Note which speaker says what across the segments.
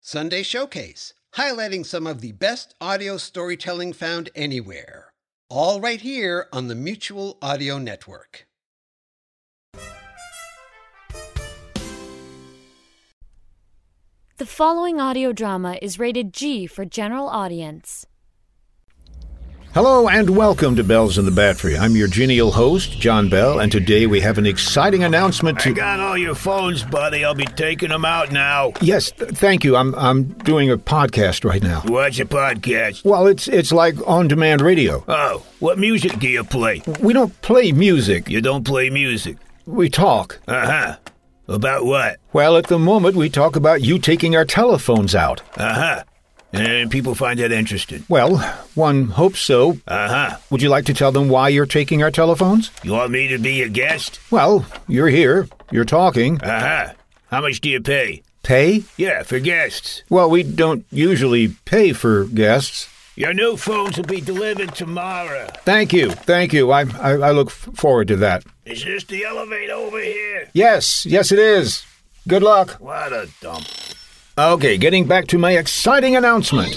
Speaker 1: Sunday Showcase, highlighting some of the best audio storytelling found anywhere. All right here on the Mutual Audio Network.
Speaker 2: The following audio drama is rated G for general audience.
Speaker 3: Hello and welcome to Bells in the Battery. I'm your genial host, John Bell, and today we have an exciting announcement to.
Speaker 4: I got all your phones, buddy. I'll be taking them out now.
Speaker 3: Yes, th- thank you. I'm I'm doing a podcast right now.
Speaker 4: What's a podcast?
Speaker 3: Well, it's it's like on-demand radio.
Speaker 4: Oh, what music do you play?
Speaker 3: We don't play music.
Speaker 4: You don't play music.
Speaker 3: We talk.
Speaker 4: Uh huh. About what?
Speaker 3: Well, at the moment we talk about you taking our telephones out.
Speaker 4: Uh huh. And people find that interesting.
Speaker 3: Well, one hopes so.
Speaker 4: Uh huh.
Speaker 3: Would you like to tell them why you're taking our telephones?
Speaker 4: You want me to be a guest?
Speaker 3: Well, you're here. You're talking.
Speaker 4: Uh huh. How much do you pay?
Speaker 3: Pay?
Speaker 4: Yeah, for guests.
Speaker 3: Well, we don't usually pay for guests.
Speaker 4: Your new phones will be delivered tomorrow.
Speaker 3: Thank you, thank you. I I, I look f- forward to that.
Speaker 4: Is this the elevator over here?
Speaker 3: Yes, yes, it is. Good luck.
Speaker 4: What a dump.
Speaker 3: Okay, getting back to my exciting announcement.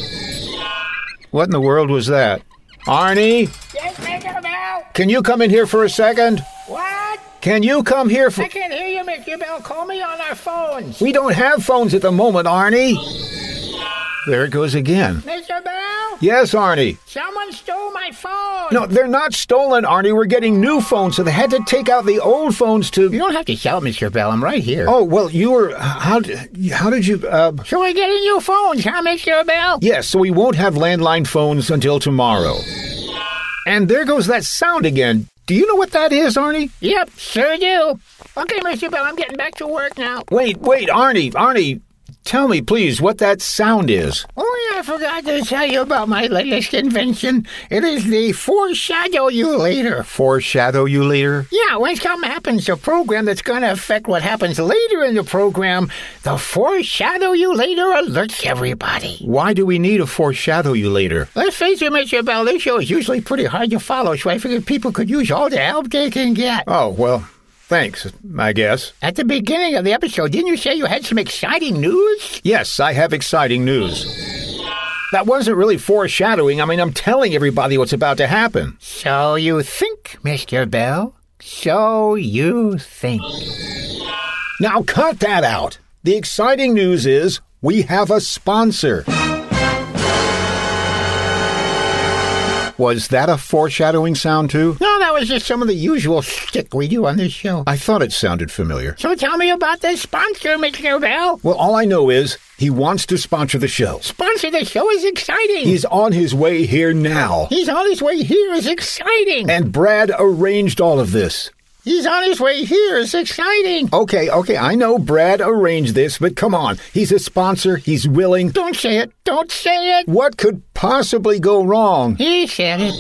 Speaker 3: What in the world was that? Arnie,
Speaker 5: Yes, Mr. Bell.
Speaker 3: can you come in here for a second?
Speaker 5: What?
Speaker 3: Can you come here for.
Speaker 5: I can't hear you, Mr. Bell. Call me on our phones.
Speaker 3: We don't have phones at the moment, Arnie. There it goes again.
Speaker 5: Mr. Bell,
Speaker 3: Yes, Arnie.
Speaker 5: someone stole my phone.
Speaker 3: No, they're not stolen, Arnie. We're getting new phones, so they had to take out the old phones
Speaker 6: You
Speaker 3: to.
Speaker 6: don't have to shout, Mr. Bell. I'm right here.
Speaker 3: Oh, well, you were. How, d- how did you. Uh,
Speaker 6: so we're getting new phones, huh, Mr. Bell?
Speaker 3: Yes, so we won't have landline phones until tomorrow. And there goes that sound again. Do you know what that is, Arnie?
Speaker 6: Yep, sure do. Okay, Mr. Bell, I'm getting back to work now.
Speaker 3: Wait, wait, Arnie, Arnie, tell me, please, what that sound is.
Speaker 6: Oh, yeah, I forgot to tell you about my latest invention. It is the foreshadow you later.
Speaker 3: Foreshadow you later?
Speaker 6: Yeah, when something happens to a program that's going to affect what happens later in the program, the foreshadow you later alerts everybody.
Speaker 3: Why do we need a foreshadow you later?
Speaker 6: Let's face it, Mr. Bell, this show is usually pretty hard to follow, so I figured people could use all the help they can get.
Speaker 3: Oh, well, thanks, I guess.
Speaker 6: At the beginning of the episode, didn't you say you had some exciting news?
Speaker 3: Yes, I have exciting news. That wasn't really foreshadowing. I mean, I'm telling everybody what's about to happen.
Speaker 6: So you think, Mr. Bell? So you think.
Speaker 3: Now, cut that out. The exciting news is we have a sponsor. Was that a foreshadowing sound, too?
Speaker 6: No, that was just some of the usual shtick we do on this show.
Speaker 3: I thought it sounded familiar.
Speaker 6: So tell me about this sponsor, Mr. Bell.
Speaker 3: Well, all I know is he wants to sponsor the show.
Speaker 6: Sponsor the show is exciting.
Speaker 3: He's on his way here now.
Speaker 6: He's on his way here is exciting.
Speaker 3: And Brad arranged all of this.
Speaker 6: He's on his way here is exciting.
Speaker 3: Okay, okay, I know Brad arranged this, but come on. He's a sponsor, he's willing.
Speaker 6: Don't say it. Don't say it.
Speaker 3: What could possibly go wrong?
Speaker 6: He said it.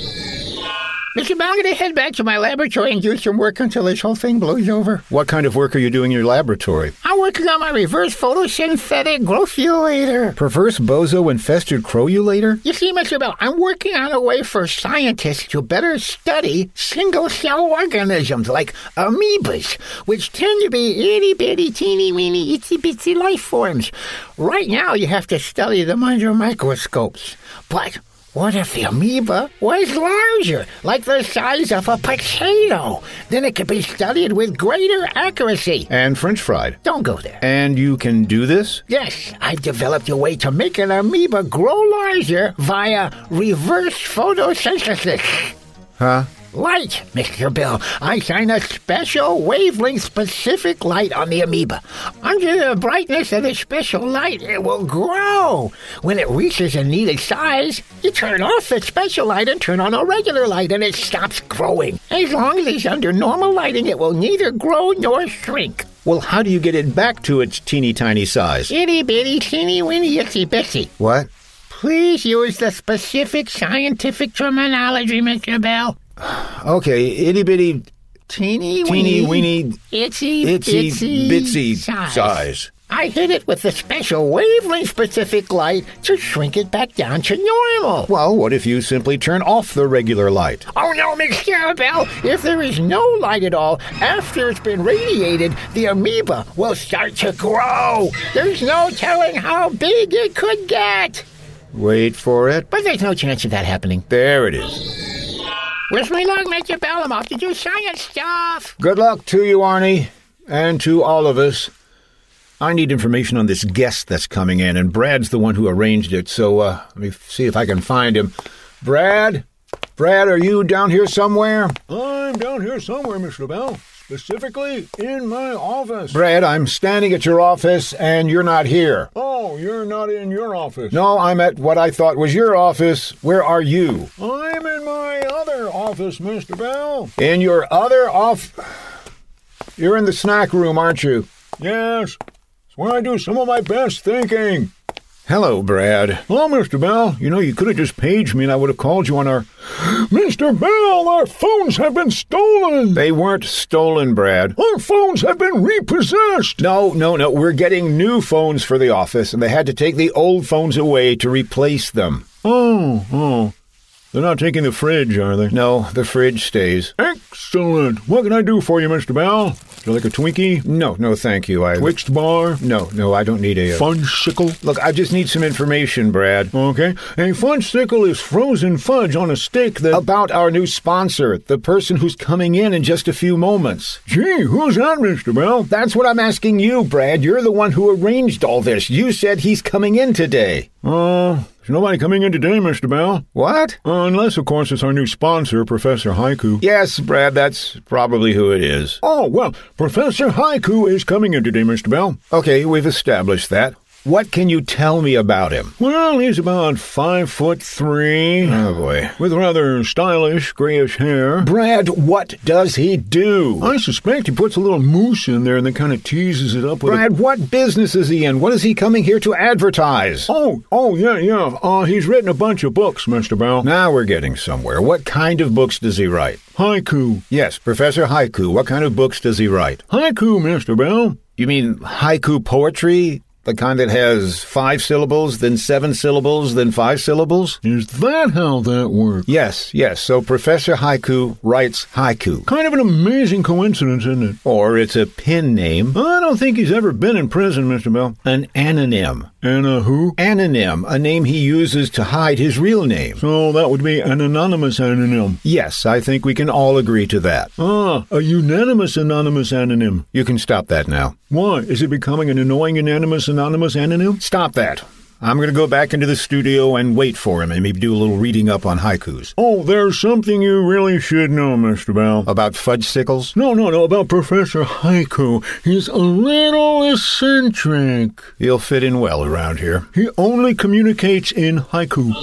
Speaker 6: Mr. Bell, I'm going to head back to my laboratory and do some work until this whole thing blows over.
Speaker 3: What kind of work are you doing in your laboratory?
Speaker 6: I'm working on my reverse photosynthetic growth later.
Speaker 3: Perverse bozo and festered crowulator?
Speaker 6: You see, Mr. Bell, I'm working on a way for scientists to better study single cell organisms like amoebas, which tend to be itty bitty, teeny weeny, itsy bitsy life forms. Right now, you have to study them under microscopes. But what if the amoeba was larger, like the size of a potato? Then it could be studied with greater accuracy.
Speaker 3: And french fried.
Speaker 6: Don't go there.
Speaker 3: And you can do this?
Speaker 6: Yes, I've developed a way to make an amoeba grow larger via reverse photosynthesis.
Speaker 3: Huh?
Speaker 6: Light, Mr. Bill. I shine a special wavelength specific light on the amoeba. Under the brightness of the special light, it will grow. When it reaches a needed size, you turn off the special light and turn on a regular light, and it stops growing. As long as it's under normal lighting, it will neither grow nor shrink.
Speaker 7: Well, how do you get it back to its teeny tiny size?
Speaker 6: Itty bitty teeny weeny itsy bitsy.
Speaker 7: What?
Speaker 6: Please use the specific scientific terminology, Mr. Bell.
Speaker 7: Okay, itty bitty,
Speaker 6: Teeny,
Speaker 7: teeny weeny,
Speaker 6: itsy,
Speaker 7: itsy
Speaker 6: bitsy,
Speaker 7: bitsy size.
Speaker 6: I hit it with a special wavelength specific light to shrink it back down to normal.
Speaker 7: Well, what if you simply turn off the regular light?
Speaker 6: Oh no, Mr. Bell! If there is no light at all, after it's been radiated, the amoeba will start to grow. There's no telling how big it could get.
Speaker 7: Wait for it.
Speaker 6: But there's no chance of that happening.
Speaker 7: There it is.
Speaker 6: Wish me luck, Mr. Bell. I'm off to do science stuff.
Speaker 7: Good luck to you, Arnie, and to all of us. I need information on this guest that's coming in, and Brad's the one who arranged it, so uh, let me f- see if I can find him. Brad? Brad, are you down here somewhere?
Speaker 3: I'm down here somewhere, Mr. Bell. Specifically in my office.
Speaker 7: Brad, I'm standing at your office, and you're not here.
Speaker 3: Oh, you're not in your office.
Speaker 7: No, I'm at what I thought was your office. Where are you?
Speaker 3: I'm in my other office, Mr. Bell.
Speaker 7: In your other off. You're in the snack room, aren't you?
Speaker 3: Yes. It's where I do some of my best thinking.
Speaker 7: Hello, Brad.
Speaker 3: Hello, Mr. Bell. You know, you could have just paged me and I would have called you on our. Mr. Bell, our phones have been stolen!
Speaker 7: They weren't stolen, Brad.
Speaker 3: Our phones have been repossessed!
Speaker 7: No, no, no. We're getting new phones for the office, and they had to take the old phones away to replace them.
Speaker 3: Oh, oh. They're not taking the fridge, are they?
Speaker 7: No, the fridge stays.
Speaker 3: Excellent. What can I do for you, Mr. Bell? Do you like a Twinkie?
Speaker 7: No, no, thank you. I.
Speaker 3: Twixt bar?
Speaker 7: No, no, I don't need a. uh,
Speaker 3: Fudge sickle?
Speaker 7: Look, I just need some information, Brad.
Speaker 3: Okay. A fudge sickle is frozen fudge on a stick that.
Speaker 7: About our new sponsor, the person who's coming in in just a few moments.
Speaker 3: Gee, who's that, Mr. Bell?
Speaker 7: That's what I'm asking you, Brad. You're the one who arranged all this. You said he's coming in today.
Speaker 3: Uh, there's nobody coming in today, Mr. Bell.
Speaker 7: What?
Speaker 3: Uh, unless, of course, it's our new sponsor, Professor Haiku.
Speaker 7: Yes, Brad, that's probably who it is.
Speaker 3: Oh, well, Professor Haiku is coming in today, Mr. Bell.
Speaker 7: Okay, we've established that. What can you tell me about him?
Speaker 3: Well, he's about five foot three,
Speaker 7: Oh, boy.
Speaker 3: with rather stylish grayish hair.
Speaker 7: Brad, what does he do?
Speaker 3: I suspect he puts a little moose in there and then kind of teases it up with a...
Speaker 7: Brad, what business is he in? What is he coming here to advertise?
Speaker 3: Oh, oh, yeah, yeah. Uh, he's written a bunch of books, Mr. Bell.
Speaker 7: Now we're getting somewhere. What kind of books does he write?
Speaker 3: Haiku.
Speaker 7: Yes, Professor Haiku, what kind of books does he write?
Speaker 3: Haiku, Mr. Bell.
Speaker 7: You mean haiku poetry? The kind that has five syllables, then seven syllables, then five syllables?
Speaker 3: Is that how that works?
Speaker 7: Yes, yes. So Professor Haiku writes haiku.
Speaker 3: Kind of an amazing coincidence, isn't it?
Speaker 7: Or it's a pen name,
Speaker 3: I don't think he's ever been in prison, Mr. Bell.
Speaker 7: an anonym.
Speaker 3: And a who?
Speaker 7: Anonym, a name he uses to hide his real name.
Speaker 3: So that would be an anonymous anonym.
Speaker 7: Yes, I think we can all agree to that.
Speaker 3: Ah, a unanimous anonymous anonym.
Speaker 7: You can stop that now.
Speaker 3: Why? Is it becoming an annoying unanimous anonymous anonym?
Speaker 7: Stop that. I'm going to go back into the studio and wait for him and maybe do a little reading up on haikus.
Speaker 3: Oh, there's something you really should know, Mr. Bell.
Speaker 7: About fudge sickles?
Speaker 3: no, no, no, about Professor Haiku. He's a little eccentric.
Speaker 7: He'll fit in well around here.
Speaker 3: He only communicates in haiku.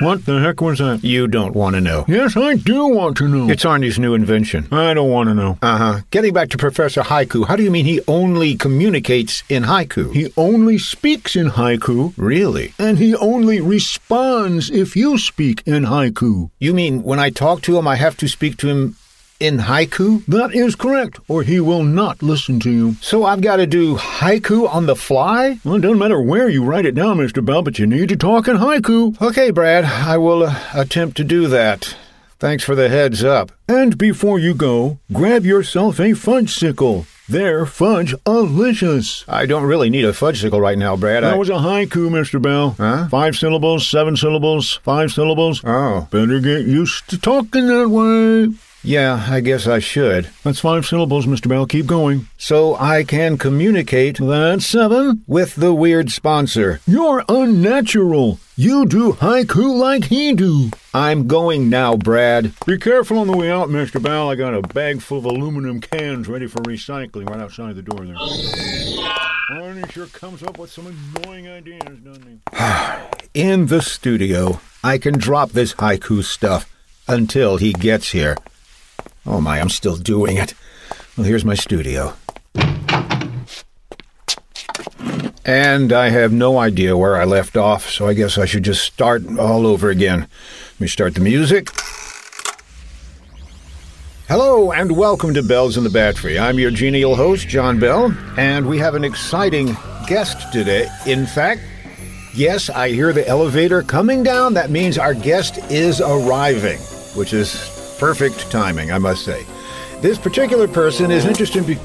Speaker 3: What the heck was that?
Speaker 7: You don't want to know.
Speaker 3: Yes, I do want to know.
Speaker 7: It's Arnie's new invention.
Speaker 3: I don't want to know.
Speaker 7: Uh huh. Getting back to Professor Haiku, how do you mean he only communicates in haiku?
Speaker 3: He only speaks in haiku,
Speaker 7: really?
Speaker 3: and he only responds if you speak in haiku.
Speaker 7: You mean when I talk to him, I have to speak to him in haiku?
Speaker 3: That is correct, or he will not listen to you.
Speaker 7: So I've got to do haiku on the fly?
Speaker 3: Well, it doesn't matter where you write it down, Mr. Bell, but you need to talk in haiku.
Speaker 7: Okay, Brad, I will uh, attempt to do that. Thanks for the heads up.
Speaker 3: And before you go, grab yourself a fudge sickle. They're fudge alicious.
Speaker 7: I don't really need a fudgesicle right now, Brad. I...
Speaker 3: That was a haiku, Mr. Bell.
Speaker 7: Huh?
Speaker 3: Five syllables, seven syllables, five syllables.
Speaker 7: Oh,
Speaker 3: Better get used to talking that way.
Speaker 7: yeah, I guess I should.
Speaker 3: That's five syllables, Mr. Bell. Keep going.
Speaker 7: So I can communicate
Speaker 3: That's seven.
Speaker 7: with the weird sponsor.
Speaker 3: You're unnatural. You do haiku like he do.
Speaker 7: I'm going now, Brad.
Speaker 3: Be careful on the way out, Mr. Bell. I got a bag full of aluminum cans ready for recycling right outside the door there. Arnie sure comes up with some annoying ideas, doesn't he?
Speaker 7: In the studio, I can drop this haiku stuff until he gets here. Oh my, I'm still doing it. Well, here's my studio. And I have no idea where I left off, so I guess I should just start all over again. Let me start the music. Hello and welcome to Bells in the Battery. I'm your genial host, John Bell, and we have an exciting guest today. In fact, yes, I hear the elevator coming down. That means our guest is arriving, which is perfect timing, I must say. This particular person is interesting. Be-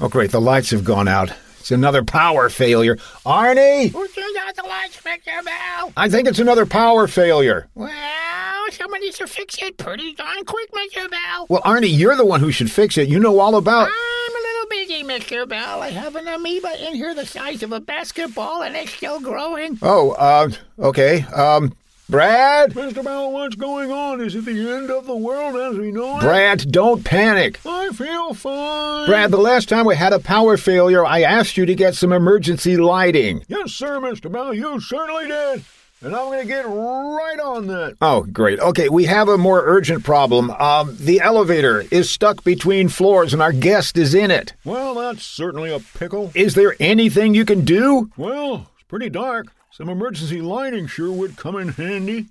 Speaker 7: oh, great, the lights have gone out. It's another power failure. Arnie,
Speaker 6: Who turned out the lights, Mr. Bell?
Speaker 7: I think it's another power failure.
Speaker 6: Well, someone needs to fix it pretty darn quick, Mr. Bell.
Speaker 7: Well, Arnie, you're the one who should fix it. You know all about.
Speaker 6: I'm a little busy, Mr. Bell. I have an amoeba in here the size of a basketball, and it's still growing.
Speaker 7: Oh, uh, okay. Um, Brad?
Speaker 3: Mr. Bell, what's going on? Is it the end of the world as we know it?
Speaker 7: Brad, don't panic.
Speaker 3: I feel fine.
Speaker 7: Brad, the last time we had a power failure, I asked you to get some emergency lighting.
Speaker 3: Yes, sir, Mr. Bell, you certainly did. And I'm going to get right on that.
Speaker 7: Oh, great. Okay, we have a more urgent problem. Um, the elevator is stuck between floors and our guest is in it.
Speaker 3: Well, that's certainly a pickle.
Speaker 7: Is there anything you can do?
Speaker 3: Well, it's pretty dark. Some emergency lighting sure would come in handy.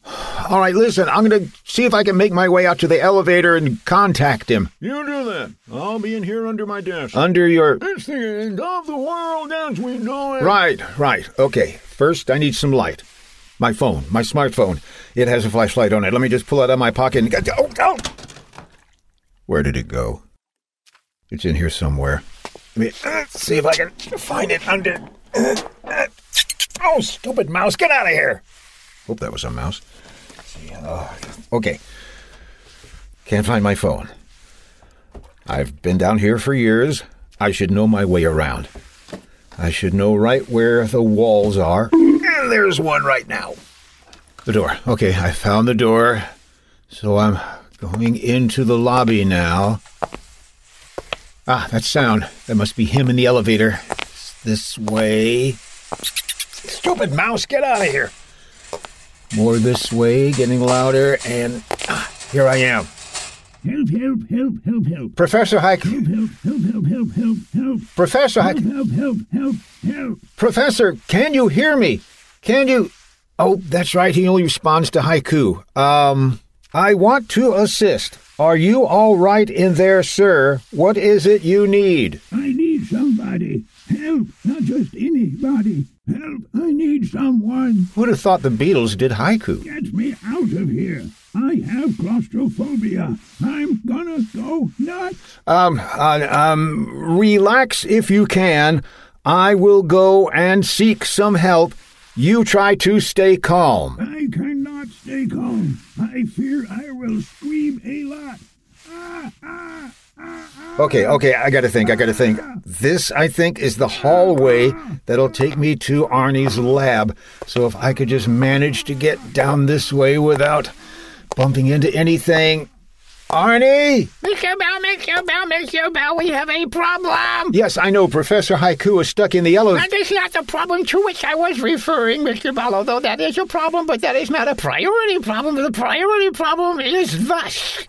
Speaker 7: All right, listen, I'm going to see if I can make my way out to the elevator and contact him.
Speaker 3: You do that. I'll be in here under my desk.
Speaker 7: Under your.
Speaker 3: it's the end of the world as we know it.
Speaker 7: Right, right. Okay. First, I need some light. My phone, my smartphone. It has a flashlight on it. Let me just pull it out of my pocket and. Oh, oh! Where did it go? It's in here somewhere. Let me uh, see if I can find it under. uh, uh. Oh, stupid mouse, get out of here! Hope that was a mouse. Yeah, oh, okay. Can't find my phone. I've been down here for years. I should know my way around. I should know right where the walls are. And there's one right now. The door. Okay, I found the door. So I'm going into the lobby now. Ah, that sound. That must be him in the elevator. It's this way. Stupid mouse, get out of here. More this way, getting louder, and ah, here I am.
Speaker 3: Help, help, help, help, help.
Speaker 7: Professor Hike.
Speaker 3: Help, help, help, help, help, help.
Speaker 7: Professor Hike.
Speaker 3: Help, help, help, help.
Speaker 7: Professor, can you hear me? Can you? Oh, that's right. He only responds to haiku. Um, I want to assist. Are you all right in there, sir? What is it you need?
Speaker 3: I need somebody. Help, not just anybody. Help, I need someone.
Speaker 7: Who'd have thought the Beatles did haiku?
Speaker 3: Get me out of here. I have claustrophobia. I'm gonna go nuts.
Speaker 7: Um, uh, um, relax if you can. I will go and seek some help. You try to stay calm.
Speaker 3: I cannot stay calm. I fear I will scream a lot. Ah, ah, ah, ah.
Speaker 7: Okay, okay, I gotta think, I gotta think. This, I think, is the hallway that'll take me to Arnie's lab. So if I could just manage to get down this way without bumping into anything. Arnie!
Speaker 6: Mr. Bell, Mr. Bell, Mr. Bell, we have a problem.
Speaker 7: Yes, I know Professor Haiku is stuck in the
Speaker 6: That
Speaker 7: elevator.
Speaker 6: is not the problem to which I was referring, Mr. Bell, although that is a problem, but that is not a priority problem. The priority problem is thus.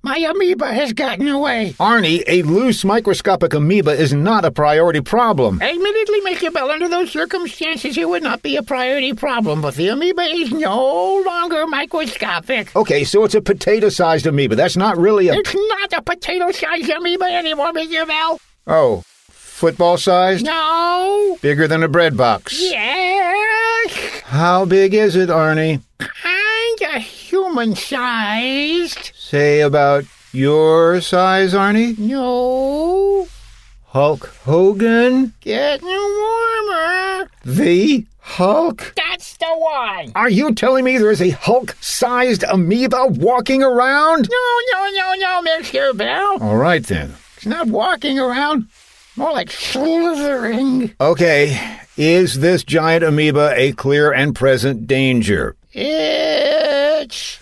Speaker 6: My amoeba has gotten away.
Speaker 7: Arnie, a loose microscopic amoeba is not a priority problem.
Speaker 6: Admittedly, Mr. Bell, under those circumstances, it would not be a priority problem, but the amoeba is no longer microscopic.
Speaker 7: Okay, so it's a potato sized amoeba. That's not really a.
Speaker 6: It's not a potato-sized amoeba anymore, Mr. Bell.
Speaker 7: Oh, football sized?
Speaker 6: No.
Speaker 7: Bigger than a bread box.
Speaker 6: Yes.
Speaker 7: How big is it, Arnie?
Speaker 6: Kinda human-sized.
Speaker 7: Say about your size, Arnie?
Speaker 6: No.
Speaker 7: Hulk Hogan?
Speaker 6: Getting warmer.
Speaker 7: The Hulk?
Speaker 6: That's the one.
Speaker 7: Are you telling me there is a Hulk sized amoeba walking around?
Speaker 6: No, no, no, no, Mr. Bell.
Speaker 7: All right then.
Speaker 6: It's not walking around. More like slithering.
Speaker 7: Okay, is this giant amoeba a clear and present danger?
Speaker 6: It's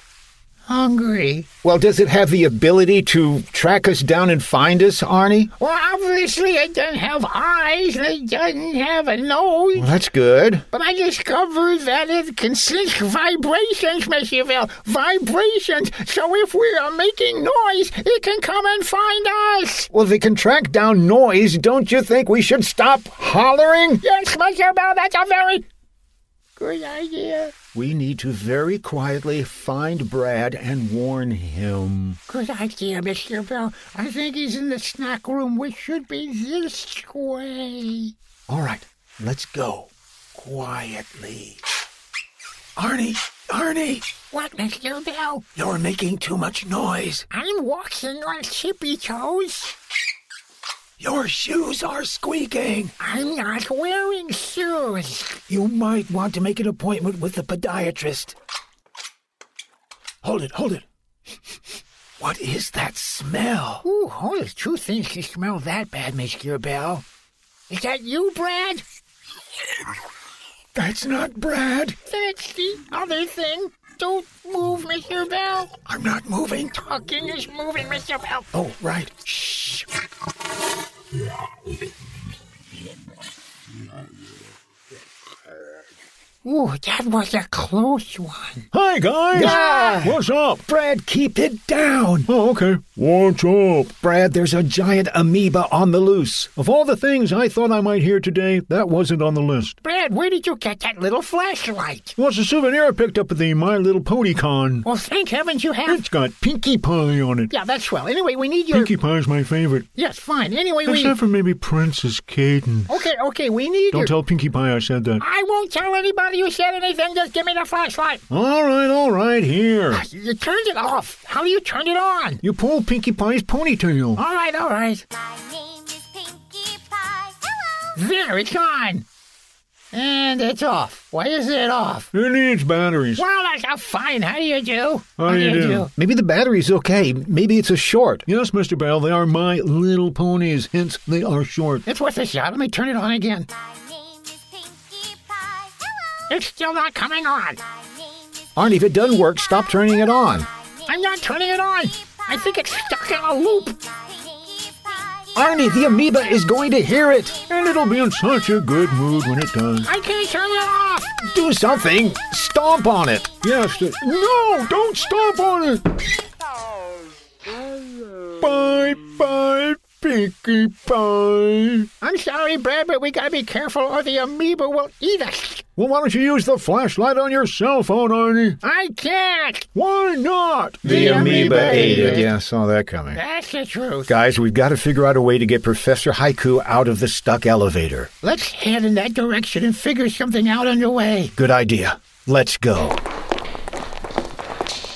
Speaker 6: hungry.
Speaker 7: Well, does it have the ability to track us down and find us, Arnie?
Speaker 6: Well, obviously, it doesn't have eyes and it doesn't have a nose.
Speaker 7: Well, that's good.
Speaker 6: But I discovered that it can sense vibrations, Monsieur Vell. Vibrations. So if we are making noise, it can come and find us.
Speaker 7: Well, if it can track down noise, don't you think we should stop hollering?
Speaker 6: Yes, Monsieur Vell, that's a very good idea.
Speaker 7: We need to very quietly find Brad and warn him.
Speaker 6: Good idea, Monsieur Vell. I think he's in the snack room, which should be this way.
Speaker 7: All right, let's go. Quietly. Arnie! Arnie!
Speaker 6: What, Monsieur Vell?
Speaker 7: You're making too much noise.
Speaker 6: I'm walking on tippy toes.
Speaker 7: Your shoes are squeaking.
Speaker 6: I'm not wearing shoes.
Speaker 7: You might want to make an appointment with the podiatrist. Hold it, hold it. What is that smell?
Speaker 6: Ooh, only two things can smell that bad, Monsieur Bell. Is that you, Brad?
Speaker 7: That's not Brad.
Speaker 6: That's the other thing. Don't move, Mr. Bell.
Speaker 7: I'm not moving.
Speaker 6: Talking is moving, Mr. Bell.
Speaker 7: Oh, right. Shh.
Speaker 6: Ooh, that was a close one.
Speaker 3: Hi, guys!
Speaker 7: Ah!
Speaker 3: What's up?
Speaker 7: Brad, keep it down.
Speaker 3: Oh, okay. What's up?
Speaker 7: Brad, there's a giant amoeba on the loose.
Speaker 3: Of all the things I thought I might hear today, that wasn't on the list.
Speaker 6: Brad, where did you get that little flashlight?
Speaker 3: It was a souvenir I picked up at the My Little Pony Con.
Speaker 6: Well, thank heavens you have.
Speaker 3: It's got Pinkie Pie on it.
Speaker 6: Yeah, that's well. Anyway, we need your.
Speaker 3: Pinkie Pie's my favorite.
Speaker 6: Yes, fine. Anyway, we.
Speaker 3: Except for maybe Princess Caden.
Speaker 6: Okay, okay, we need your.
Speaker 3: Don't tell Pinkie Pie I said that.
Speaker 6: I won't tell anybody you said anything. Just give me the flashlight.
Speaker 3: All right, all right, here.
Speaker 6: You turned it off. How do you turn it on?
Speaker 3: You pull Pinkie Pie's ponytail.
Speaker 6: All right, all right.
Speaker 8: My name is Pinkie Pie. Hello.
Speaker 6: There, it's on. And it's off. Why is it off?
Speaker 3: It needs batteries.
Speaker 6: Well, that's a fine. How do you do?
Speaker 3: How do you do?
Speaker 7: Maybe the battery's okay. Maybe it's a short.
Speaker 3: Yes, Mr. Bell, they are my little ponies, hence they are short.
Speaker 6: It's worth a shot. Let me turn it on again.
Speaker 8: My name is Pinkie Pie. Hello.
Speaker 6: It's still not coming on.
Speaker 8: My name is
Speaker 7: Arnie, if it doesn't work, stop turning it on.
Speaker 6: I'm not turning it on. I think it's stuck in a loop.
Speaker 8: Pinkie Pie.
Speaker 7: Arnie, the amoeba is going to hear it.
Speaker 3: And it'll be in such a good mood when it does.
Speaker 6: I can't turn it off.
Speaker 7: Do something. Stomp on it.
Speaker 3: Yes, the- no, don't stomp on it. Bye, bye, Pinkie Pie.
Speaker 6: I'm sorry, Brad, but we gotta be careful or the amoeba will eat us.
Speaker 3: Well, why don't you use the flashlight on your cell phone, Arnie?
Speaker 6: I can't.
Speaker 3: Why not?
Speaker 6: The amoeba ate it.
Speaker 7: Yeah, I saw that coming.
Speaker 6: That's the truth.
Speaker 7: Guys, we've got to figure out a way to get Professor Haiku out of the stuck elevator.
Speaker 6: Let's head in that direction and figure something out on the way.
Speaker 7: Good idea. Let's go.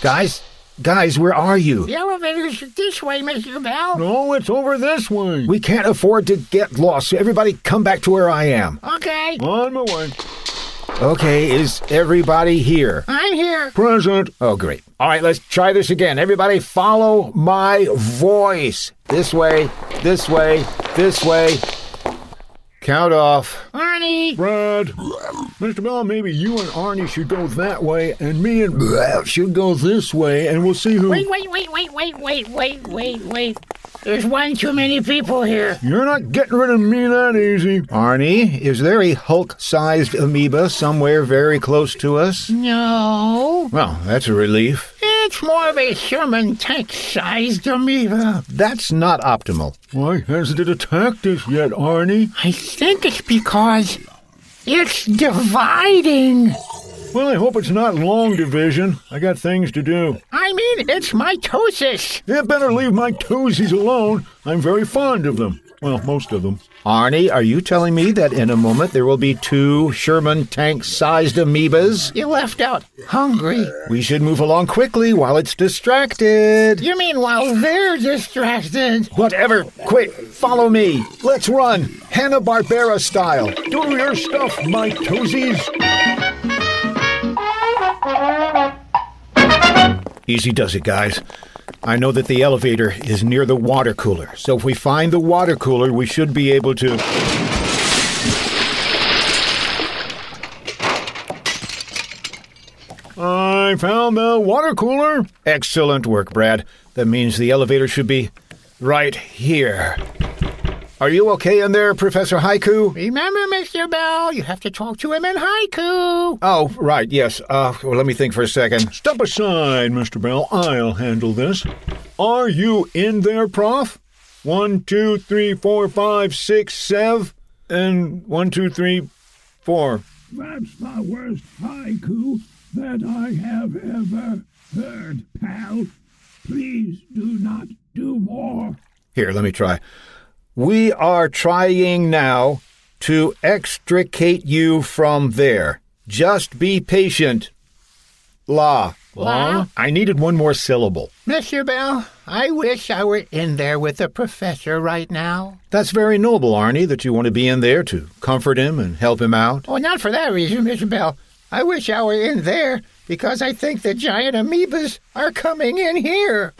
Speaker 7: Guys, guys, where are you?
Speaker 6: The elevator's this way, Mr. Bell.
Speaker 3: No, it's over this way.
Speaker 7: We can't afford to get lost, so everybody come back to where I am.
Speaker 6: Okay,
Speaker 3: On my way.
Speaker 7: Okay, is everybody here?
Speaker 6: I'm here.
Speaker 3: Present.
Speaker 7: Oh, great. All right, let's try this again. Everybody, follow my voice. This way, this way, this way. Count off.
Speaker 6: Arnie,
Speaker 3: Brad. Mr. Bell, maybe you and Arnie should go that way, and me and Brad should go this way, and we'll see who.
Speaker 6: Wait, wait, wait, wait, wait, wait, wait, wait, wait. There's one too many people here.
Speaker 3: You're not getting rid of me that easy.
Speaker 7: Arnie, is there a Hulk sized amoeba somewhere very close to us?
Speaker 6: No.
Speaker 7: Well, that's a relief.
Speaker 6: It's more of a Sherman tank sized amoeba.
Speaker 7: That's not optimal.
Speaker 3: Why hasn't it attacked us yet, Arnie?
Speaker 6: I think it's because it's dividing.
Speaker 3: Well, I hope it's not long division. I got things to do.
Speaker 6: I mean, it's mitosis.
Speaker 3: You better leave my toesies alone. I'm very fond of them. Well, most of them.
Speaker 7: Arnie, are you telling me that in a moment there will be two Sherman tank sized amoebas?
Speaker 6: You left out hungry.
Speaker 7: We should move along quickly while it's distracted.
Speaker 6: You mean while they're distracted?
Speaker 7: Whatever, quick, follow me. Let's run, Hanna-Barbera style.
Speaker 3: Do your stuff, my toesies.
Speaker 7: Easy does it, guys. I know that the elevator is near the water cooler, so if we find the water cooler, we should be able to.
Speaker 3: I I found the water cooler.
Speaker 7: Excellent work, Brad. That means the elevator should be right here. Are you okay in there, Professor Haiku?
Speaker 6: Remember, Mr. Bell, you have to talk to him in haiku.
Speaker 7: Oh, right, yes. Uh, well, let me think for a second.
Speaker 3: Step aside, Mr. Bell. I'll handle this. Are you in there, Prof? One, two, three, four, five, six, sev, and one, two, three, four.
Speaker 9: That's the worst haiku that I have ever heard, pal. Please do not do more.
Speaker 7: Here, let me try. We are trying now to extricate you from there. Just be patient. La.
Speaker 2: La?
Speaker 7: I needed one more syllable.
Speaker 6: Mr. Bell, I wish I were in there with the professor right now.
Speaker 7: That's very noble, Arnie, that you want to be in there to comfort him and help him out.
Speaker 6: Oh, not for that reason, Mr. Bell. I wish I were in there because I think the giant amoebas are coming in here.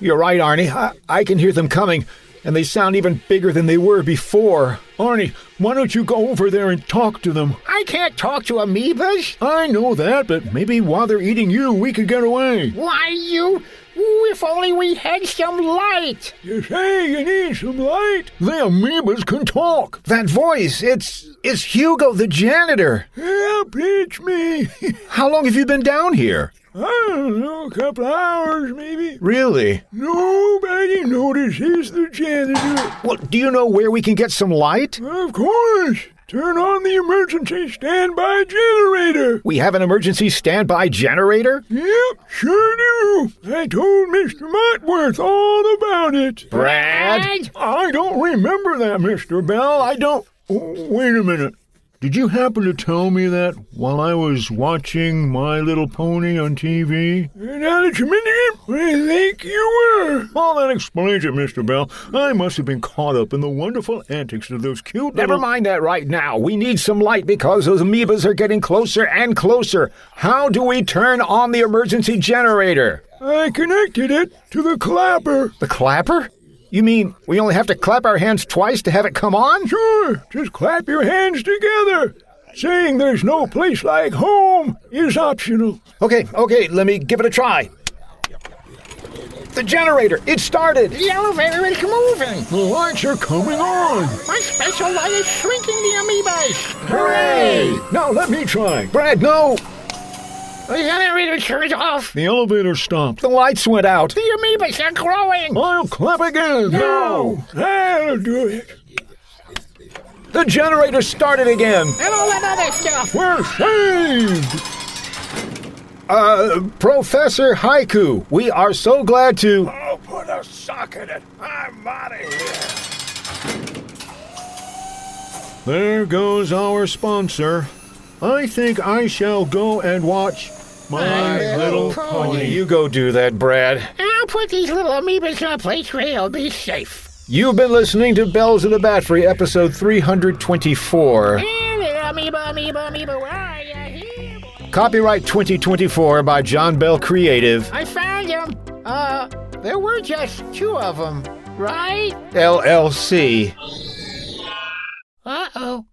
Speaker 7: You're right, Arnie. I, I can hear them coming, and they sound even bigger than they were before.
Speaker 3: Arnie, why don't you go over there and talk to them?
Speaker 6: I can't talk to amoebas.
Speaker 3: I know that, but maybe while they're eating you, we could get away.
Speaker 6: Why, you. Ooh, if only we had some light.
Speaker 3: You say you need some light? The amoebas can talk.
Speaker 7: That voice, it's it's Hugo the janitor.
Speaker 3: Help, it's me.
Speaker 7: How long have you been down here?
Speaker 3: I don't know, a couple hours maybe.
Speaker 7: Really?
Speaker 3: Nobody notices the janitor.
Speaker 7: Well, do you know where we can get some light?
Speaker 3: Of course. Turn on the emergency standby generator.
Speaker 7: We have an emergency standby generator?
Speaker 3: Yep, sure do. I told Mr. Motworth all about it.
Speaker 7: Brad?
Speaker 3: I don't remember that, Mr. Bell. I don't. Oh, Wait a minute. Did you happen to tell me that while I was watching My Little Pony on TV? Now that you mention it, I think you were. Well, that explains it, Mr. Bell. I must have been caught up in the wonderful antics of those cute
Speaker 7: Never
Speaker 3: little...
Speaker 7: mind that right now. We need some light because those amoebas are getting closer and closer. How do we turn on the emergency generator?
Speaker 3: I connected it to the clapper.
Speaker 7: The clapper? You mean we only have to clap our hands twice to have it come on?
Speaker 3: Sure, just clap your hands together. Saying there's no place like home is optional.
Speaker 7: Okay, okay, let me give it a try. The generator, it started.
Speaker 6: The elevator is moving.
Speaker 3: The lights are coming on.
Speaker 6: My special light is shrinking the amoebas.
Speaker 7: Hooray!
Speaker 3: Now let me try.
Speaker 7: Brad, no!
Speaker 6: The generator turns off.
Speaker 3: The elevator stopped.
Speaker 7: The lights went out.
Speaker 6: The amoebas are growing.
Speaker 3: I'll clap again.
Speaker 6: No.
Speaker 3: I'll do it.
Speaker 7: The generator started again.
Speaker 6: And all that other stuff.
Speaker 3: We're saved.
Speaker 7: Uh, Professor Haiku, we are so glad to.
Speaker 9: I'll put a sock in it. I'm out of here.
Speaker 3: There goes our sponsor. I think I shall go and watch My Little Pony.
Speaker 7: You go do that, Brad.
Speaker 6: And I'll put these little amoebas in a place where they'll be safe.
Speaker 7: You've been listening to Bells of the Bat Free, episode 324.
Speaker 6: And the amoeba, amoeba, amoeba, where are you? Here, boy.
Speaker 7: Copyright 2024 by John Bell Creative,
Speaker 6: I found them. Uh, there were just two of them, right?
Speaker 7: LLC.
Speaker 6: Uh-oh.